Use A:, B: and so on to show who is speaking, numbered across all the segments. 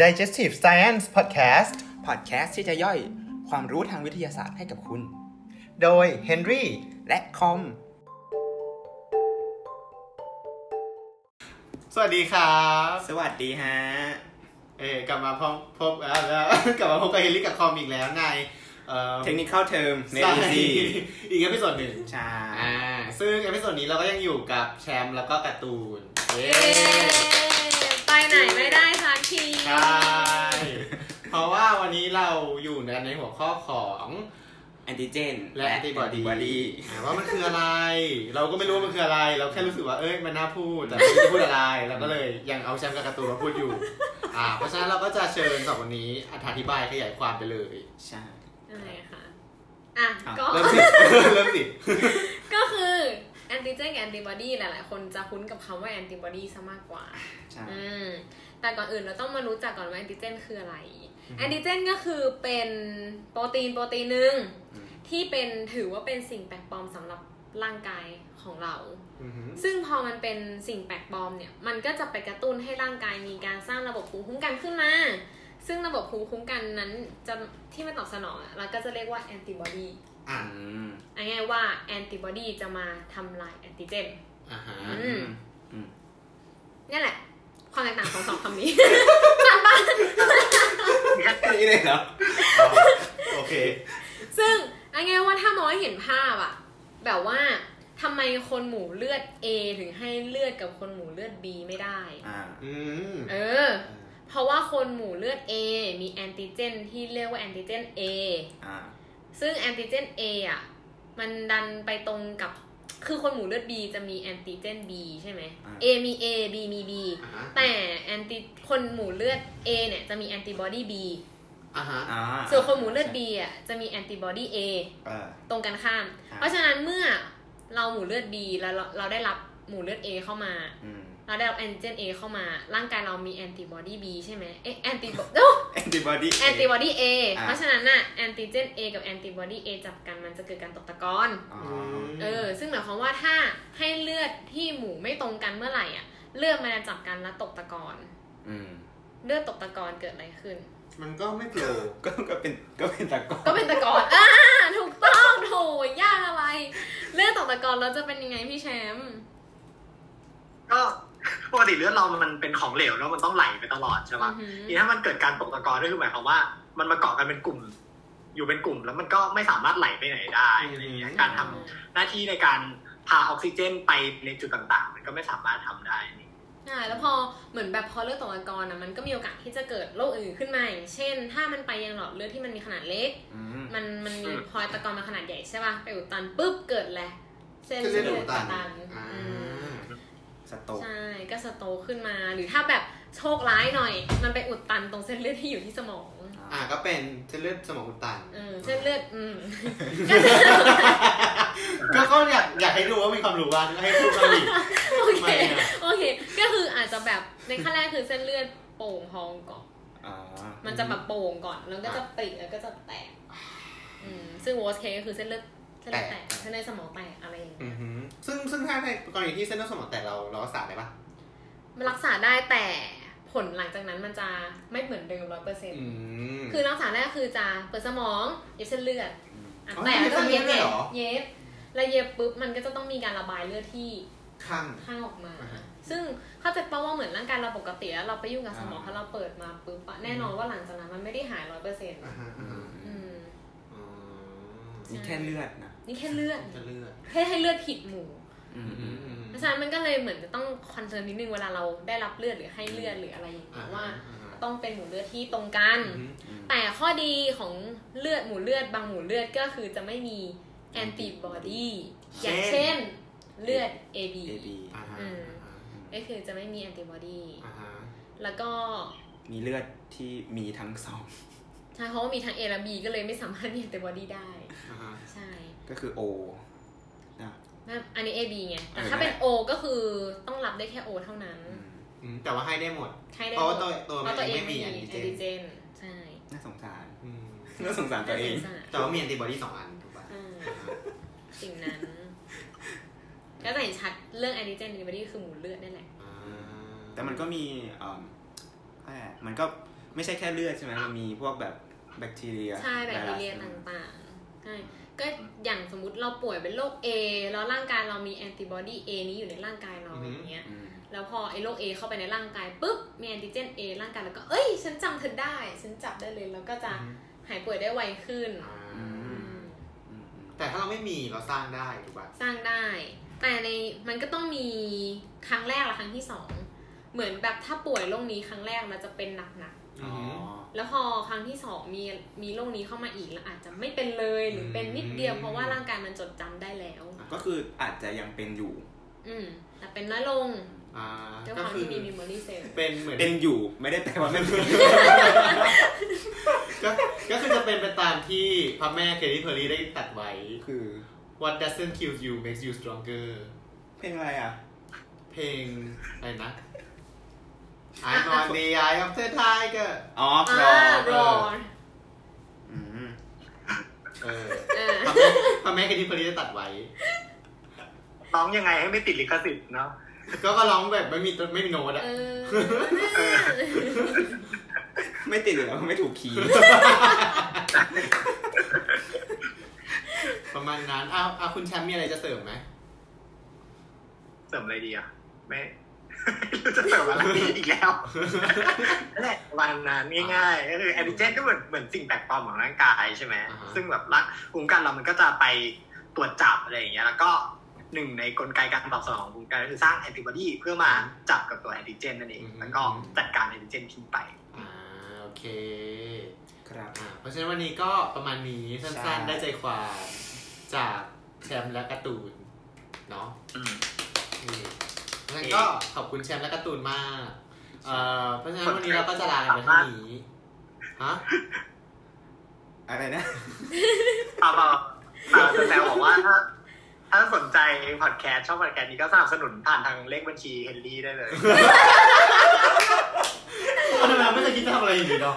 A: Digestive Science Podcast
B: พอดแคสต์ที่จะย่อยความรู้ทางวิทยาศาสตร์ให้กับคุณ
A: โดย Henry
B: และคอม
A: สวัสดีครับ
B: สวัสดีฮะ
A: เออกลับมาพบพบ แล้วแล้วกลับมาพบกับ Henry กับคอมอีกแล้วในเอ่อ
B: เทคนิคเข้าเทอมใน
A: ใช่
B: อี ซี
A: อีกเอพิโซดหนึ่ง
B: ใช่
A: อ่าซึ่งเอพิโซดนี้เราก็ยังอยู่กับแชมป์แล้วก็การ์ตูนเย้
C: เย้ไปไหนไม่ได้ทักที
A: ใช่ เพราะว่าวันนี้เราอยู่ในหัวข้อของ
B: แอนติเจน
A: และแอนติบอดี
B: บอดี
A: อ่าว่ามันคืออะไร เราก็ไม่รู้ว่ามันคืออะไร เราแค่รู้สึกว่าเอ้ยมันน่าพูดแต่ไม่รู้จะพูดอะไรเราก็เลยยังเอาแชมป์กับการ์ตูนมาพูดอยู่ อ่า เพราะฉะนั้นเราก็จะเชิญสองคนนี้อธิบายขยายความไปเลย
B: ใช่
C: อะไรคะอ่ะ
B: อ่ะ
C: ก็
A: เริ่มสิ เริ่มสิ
C: ก็คือแอนติเจนกับแอนติบอดีหลาย ๆ คนจะคุ้นกับคำว่าแอนติบอดีซะมากกว่า
B: ใช่
C: อืม แต่ก่อนอื่นเราต้องมารู้จักก่อนว่าแอนติเจนคืออะไร แอนติเจนก็คือเป็นโปรตีนโปรตีนหนึ่ง
B: อืม
C: ที่เป็นถือว่าเป็นสิ่งแปลกปลอมสำหรับร่างกายของเรา
A: อือหือ
C: ซึ่งพอมันเป็นสิ่งแปลกปลอมเนี่ย มันก็จะไปกระตุ้นให้ร่างกายมีการสร้างระบบภูมิคุ้มกันขึ้นมา ซึ่งระบบภูมิคุ้มกันนั้นจะที่มันตอบสนองอะเราก็จะเรียกว่าแอนติบอดี
A: อ่ะ
B: อืม
C: เอาง่ายๆว่าแอนติบอดีจะมาทำลายแอนติเจน
A: อ่าฮะ
C: อืม
B: อืม
C: นี่แหละ ความแตกต่างของสองคำนี้
B: งัดแค่นี้เลยเหรอ
A: อ๋อโอเค
C: ซึ่งเอาง่ายๆว่าถ้ามองให้เห็นภาพอะแบบว่าทำไมคนหมู่เลือด A ถึงให้เลือดกับคนหมู่เลือด B ไม่ได้
B: อ่า
A: อืม
C: เออ เพราะว่าคนหมู่เลือด A มีแอนติเจนที่เรียกว่าแอนติเจน A
B: อ่า
C: ซึ่งแอนติเจน A อ่ะ มันดันไปตรงกับ คือคนหมู่เลือด B จะมีแอนติเจน B ใช่ไหม A มี A B มี B
A: อ่าฮะ
C: แต่แอนติคนหมู่เลือด A เนี่ยจะมีแอนติบอดี B
A: อ่าฮะ
B: อ่า
C: ส่วนคนหมู่เลือด B อ่ะจะมีแอนติบอดี A
B: เออ
C: ตรงกันข้าม
B: อ่า
C: เพราะฉะนั้นเมื่อเราหมู่เลือด B แล้วเราเราได้รับหมู่เลือด A เข้ามา
B: อืม
C: เราได้รับแอนติเจน A เข้ามา ร่างกายเรามีแอนติบอดี B ใช่ไหมเอ๊ะแอนติบอ
B: แอนติบอดี
C: แอนติบอดี A
B: อ่า
C: เพราะฉะนั้นน่ะแอนติเจน A กับแอนติบอดี A จับกันมันจะเกิดการตกตะกอน
B: อ๋อ
A: ม
C: เออ ซึ่งหมายความว่าถ้าให้เลือดที่หมู่ไม่ตรงกันเมื่อไหร่อ่ะ เลือดมันจะจับกันแล้วตกตะกอน
B: อืม
C: เลือดตกตะกอนเกิดอะไรขึ้น
A: มันก็ไม่โกรธ
B: ก็ก็เป็นก็เป็นตะกอน
C: ก็เป็นตะกอน อ่า ถูกต้องโถยากอะไร เลือดตกตะกอนแล้วจะเป็นยังไงพี่แชมป์
D: ก็ ปกติเลือดเรามันเป็นของเหลวแล้วมันต้องไหลไปตลอดใช่ปะ
C: อือหือ
D: นี่ถ้ามันเกิดการตกตะกอนก็คือหมายความว่า มันมาเกาะกันเป็นกลุ่ม อยู่เป็นกลุ่ม แล้วมันก็ไม่สามารถไหลไปไหนได้อะไรอย่างเงี้ยการทำหน้าที่ในการพาออกซิเจนไปในจุดต่างๆ มันก็ไม่สามารถทำได้
C: ใช่แล้วพอเหมือนแบบพอเลือดตกตะกอนอ่ะ มันก็มีโอกาสที่จะเกิดโรคอื่นขึ้นมาอย่างเช่น ถ้ามันไปยังหลอดเลือดที่มันมีขนาดเล็ก
B: อืม
C: มันมันมี
D: อืม
C: พลอยตะกอนมาขนาดใหญ่ใช่ป่ะ ไปอุดตันปุ๊บเกิดแหละเส้น
A: ก็
C: เลื
A: จะ
C: อด
A: ดูตัน
C: ตัน
A: อ่า
C: อืม
B: สโต๊ก
C: ใช่ก็สโตรกขึ้นมาหรือถ้าแบบโชคร้ายหน่อย มันไปอุดตันตรงเส้นเลือดที่อยู่ที่สมอง
A: อ่าก็เป็นเส้นเลือดสมองอุดตัน
C: เออเส้นเลือดอืมก็จะ
A: ก็ก็อยากอยากให้ดูว่ามีความรู้บ้างให้พูดบ้างดิ
C: โอเค
A: ไม่นะ
C: โอเค ก็คืออาจจะแบบในขั้นแรกคือเส้นเลือดโป่งพองก่อน
B: อ่า
C: มันจะแบบโป่งก่อนแล้วก็จะปิดแล้วก็จะแตกอืมซึ่ง worst case ก็คือเส้นเลือดเส้นเลือดแตกเส้นเลือดสมองแตกอะไรอย่างเงี้ย
A: อือหือซึ่งซึ่งถ้าในกรณีที่เส้นเลือดสมองแตกเราเรารักษาได้ปะ
C: มันรักษาได้แต่ผลหลังจากนั้นมันจะไม่เหมือนเดิมร้อยเปอร์เซ็นต์
A: อืม
C: คือรักษาได้คือจะเปิดสมองเย็บเส้นเลือด
B: อืม
C: อ่ะ
A: อ๋อ
C: แต่ก็ต้องเย็บ
A: เย็บเส้นเลือดด้วยเหรอ
C: เย็บเย็บแล้วเย็บปุ๊บมันก็จะต้องมีการระบายเลือดที่
A: ข้าง
C: ข้างออกมา
A: อ่าฮะ
C: ซึ่งเข้าใจป่าว่าเหมือนร่างกายเราปกติแล้วเราไปยุ่งกับสมองถ้าเราเปิดมาปุ๊บอะแน่นอนว่าหลังจากนั้นมันไม่ได้หายร้อยเปอร์เซ็นต์
A: อ่าฮะ
B: อื
A: อ่าฮะ
B: ม
C: อืม
A: อ๋อ
B: นี่แค่เลือดนะ
C: นี่แค่เลือด
A: จะเลือด
C: แค่ให้เลือดผิดหมู่
B: อื
A: อื
B: มอืม
A: ม
C: เพราะฉะนั้นมันก็เลยเหมือนจะต้องคอนเซิร์นนิดนึงเวลาเราได้รับเลือดหรือให้เลือดหรืออะไรอย่าง
A: อ่
C: เงี้ยว่า
A: อ่ฮะ
C: ต้องเป็นหมู่เลือดที่ตรงกัน
A: อืม
C: แต่ข้อดีของเลือดหมู่เลือดบางหมู่เลือดก็คือจะไม่มีแอนติบอดี
B: เช่น
C: อย่างเช่นเลือด AB
B: AB
A: อ่าฮะ
C: อืม ก็คือจะไม่มีแอนติบอดี
A: อ่าฮะ
C: แล้วก็
B: มีเลือดที่มีทั้งสอง
C: ใช่เพราะว่ามีทั้ง A และ B ก็เลยไม่สามารถมีแอนติบอดีได้
A: อ่าฮะ
C: ใช่
B: ก็คือ O นะ
C: นั่นอันนี้ AB ไง แต่
B: เออ
C: ถ้าเป็น
B: ได้
C: O ก็คือต้องรับได้แค่ O เท่านั้น
B: อืม
A: อืมแต่ว่าให้ได้หมด
C: ใครได้
A: เพราะว่าตัวตัว
C: เพ
A: มัน
C: ราะตัวเอ
A: เอง งไม่
C: ไม่
A: มี
C: มี
A: แอ
C: แอน น
A: ติ
C: ติ
A: เจน
C: เจน ใช่
B: น่าสงสาร
A: อืม
B: น่าสงสารตัวเอง
C: น่าสสาร
A: แต่ว่ามีแอนติบอดีสองอันถูกปะ
C: อืมสิ่งนั้น ก็จะเห็นชัดเรื่องแอนติเจนในบอดี้คือหมูเลือดนั่นแหละ
A: อ่า
B: แต่มันก็มีเอ่มอะไรอะมันก็
E: ไม่ใช่แค่เลือดใช่ไหมมันมีพวกแบบแบคทีเรีย
C: ใช่แบคทีเรีย
E: ไว
C: ต
E: รัส่
C: างๆใช่ก็อย่างสมมติเราป่วยเป็นโรค A แล้วร่างกายเรามีแอนติบอดี A นี้อยู่ในร่างกายเรา
A: อือฮึ
C: อย่างเงี้ย
E: อืม
C: แล้วพอไอ้โรค A เข้าไปในร่างกายปุ๊บ มีแอนติเจน A ร่างกายแล้วก็ เอ้ย ฉันจำเธอได้ ฉันจับได้เลย แล้วก็จะหายป่วยได้ไวขึ้น
A: อืม
C: อืม
E: อืมอืม
A: แต่ถ้าเราไม่มีเราสร้างได้ถูกป่ะ
C: สร้างได้ แต่ในมันก็ต้องมีครั้งแรกและครั้งที่สอง เหมือนแบบถ้าป่วยโรคนี้ครั้งแรกมันจะเป็นหนัก
E: อ๋
A: อ๋อ
E: อ
C: ๆ แล้วพอครั้งที่สองมีมีโรคนี้เข้ามาอีกแล้วอาจจะไม่เป็นเลยหรือเป็นนิดเดียว
A: อืม
C: เพราะว่าร่างกายมันจดจำได้แล้ว
E: ก็คืออาจจะยังเป็นอยู่
C: อืมแต่เป็นน้อยลง
A: อ่า
C: ด้วยค
A: ก็
C: วาม
A: คือ
C: ที่มีม e โมรี่เซลล์
A: เป็นเหมือน
E: เป็นอยู่ไม่ได้แปลว่าไม่เป็น
A: ก็ก็คือจะเป็นไปตามที่พระแม่เคที่เพอร์รี่ได้ตัดไว้
E: คือ
A: What doesn't kill you makes you stronger
E: เพลงอะไรอ่ะ
A: เพลงอะไรนะ I'm on the eye of the tiger
E: อ๋อ
C: อ่
E: รอา
C: raw
E: อืม
A: เออ
C: อ่า
A: พระแม่พระแม่เคที่เพอร์รี่ได้ตัดไว้
D: ร้องยังไงให้ไม่ติดลิขสิทธิ์เนาะ
A: ก็ก็ร้องแบบไม่มีต้นไม่มีโน้ตอะ
C: เออ
E: ไม่ติดเลยไม่ถูกคีย์
A: ประมาณนั้นอ้าวอ้าวคุณแชมป์มีอะไรจะเสริมไหม
D: เสริมอะไรดีอ่ะไม่ ไม่รู้จะเสริมอะไรอีกแล้วนั่นแหละวันนั้นง่ายๆก็คือแอนติเจนก็เหมือนเหมือนสิ่งแปลกปลอมของร่างกายใช่ไหม
A: อ่าฮะ
D: ซึ่งแบบร่างภูมิคุ้มกันเรามันก็จะไปตรวจจับอะไรอย่างเงี้ยแล้วก็หนึ่งในกลไกการตอบสนองของภูมิคุ้มกันก็คือสร้างแอนติบอดีเพื่อมาจับกับตัวแอนติเจนนั่นเองแล้วก็จัดการแอนติเจนทิ้งไป
A: อ่าโอเค
E: ครับ
A: อ่าเพราะฉะนั้นวันนี้ก็ประมาณนี้
E: ใช่
A: สั้นๆได้ใจความจากแชมป์และการ์ตูนเนาะ
D: อืม
A: นี่เพราะฉะนั้นก็ขอบคุณแชมป์และการ์ตูนมาก เอ่อ เพราะฉะนั้นวันนี้เราก็จะลากันไปเท่านี้ ฮะ
E: อะไรนะ
D: ป่าวป่าวป่าวแต่บอกว่าถ้าถ้าสนใจพอดแคสต์ชอบพอดแคสต์นี้ก็สนับสนุนผ่านทางเลขบัญชีเฮนรี่ได้เลย
A: วันนั้นเราไม่เคยคิดจะทำอะไรอย่างนี้เนาะ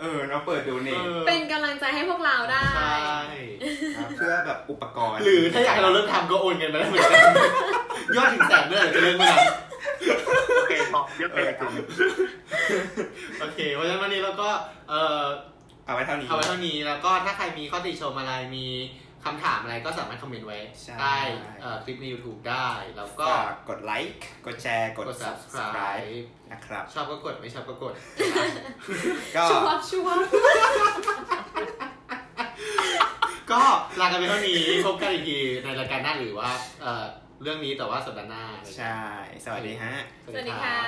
E: เออเราเปิดดูนี่
A: เออ
C: เป็นกำลังใจให้พวกเราได้
A: ใช่
E: ครับเพื่อแบบอุปกรณ์
A: หรือถ้าอยากให้เราเลิกทำก็โอนเงินมาได้เหมือนกัน ยอดถึงแสนเมื่อไหร่จะเลิกไม่ท
D: โอเคบอกเยอะ
E: เอ
D: ไป
E: อ
D: เลย
E: จริง
A: ำโอเค เพราะฉะนั้นวันนี้เราก็ เอ่อ
E: เอาไว้เท่านี้
A: เอาไว้เท่านี้ แล้วก็ถ้าใครมีข้อติชมอะไร มีคำถามอะไรก็สามารถคอมเมนต์ไว้
E: ใช่
A: ใต้เอ่อคลิปใน YouTube ได้ แล้วก็
E: ก็กดไลค์กดแชร์กด
A: กด
E: subscribe
A: subscribe
E: นะครับ
A: ชอบก็กด ไม่ชอบก็กด
E: ก็
C: ชัวร์ชัวร์
A: ก็ลากันไปเท่านี้ พบกันอีกทีในรายการหน้าหรือว่าเอ่อเรื่องนี้แต่ว่าสัปดาห์หน้า
E: ใช่ สวัสดีฮะ
C: สวัสดีค่ะ
A: รับ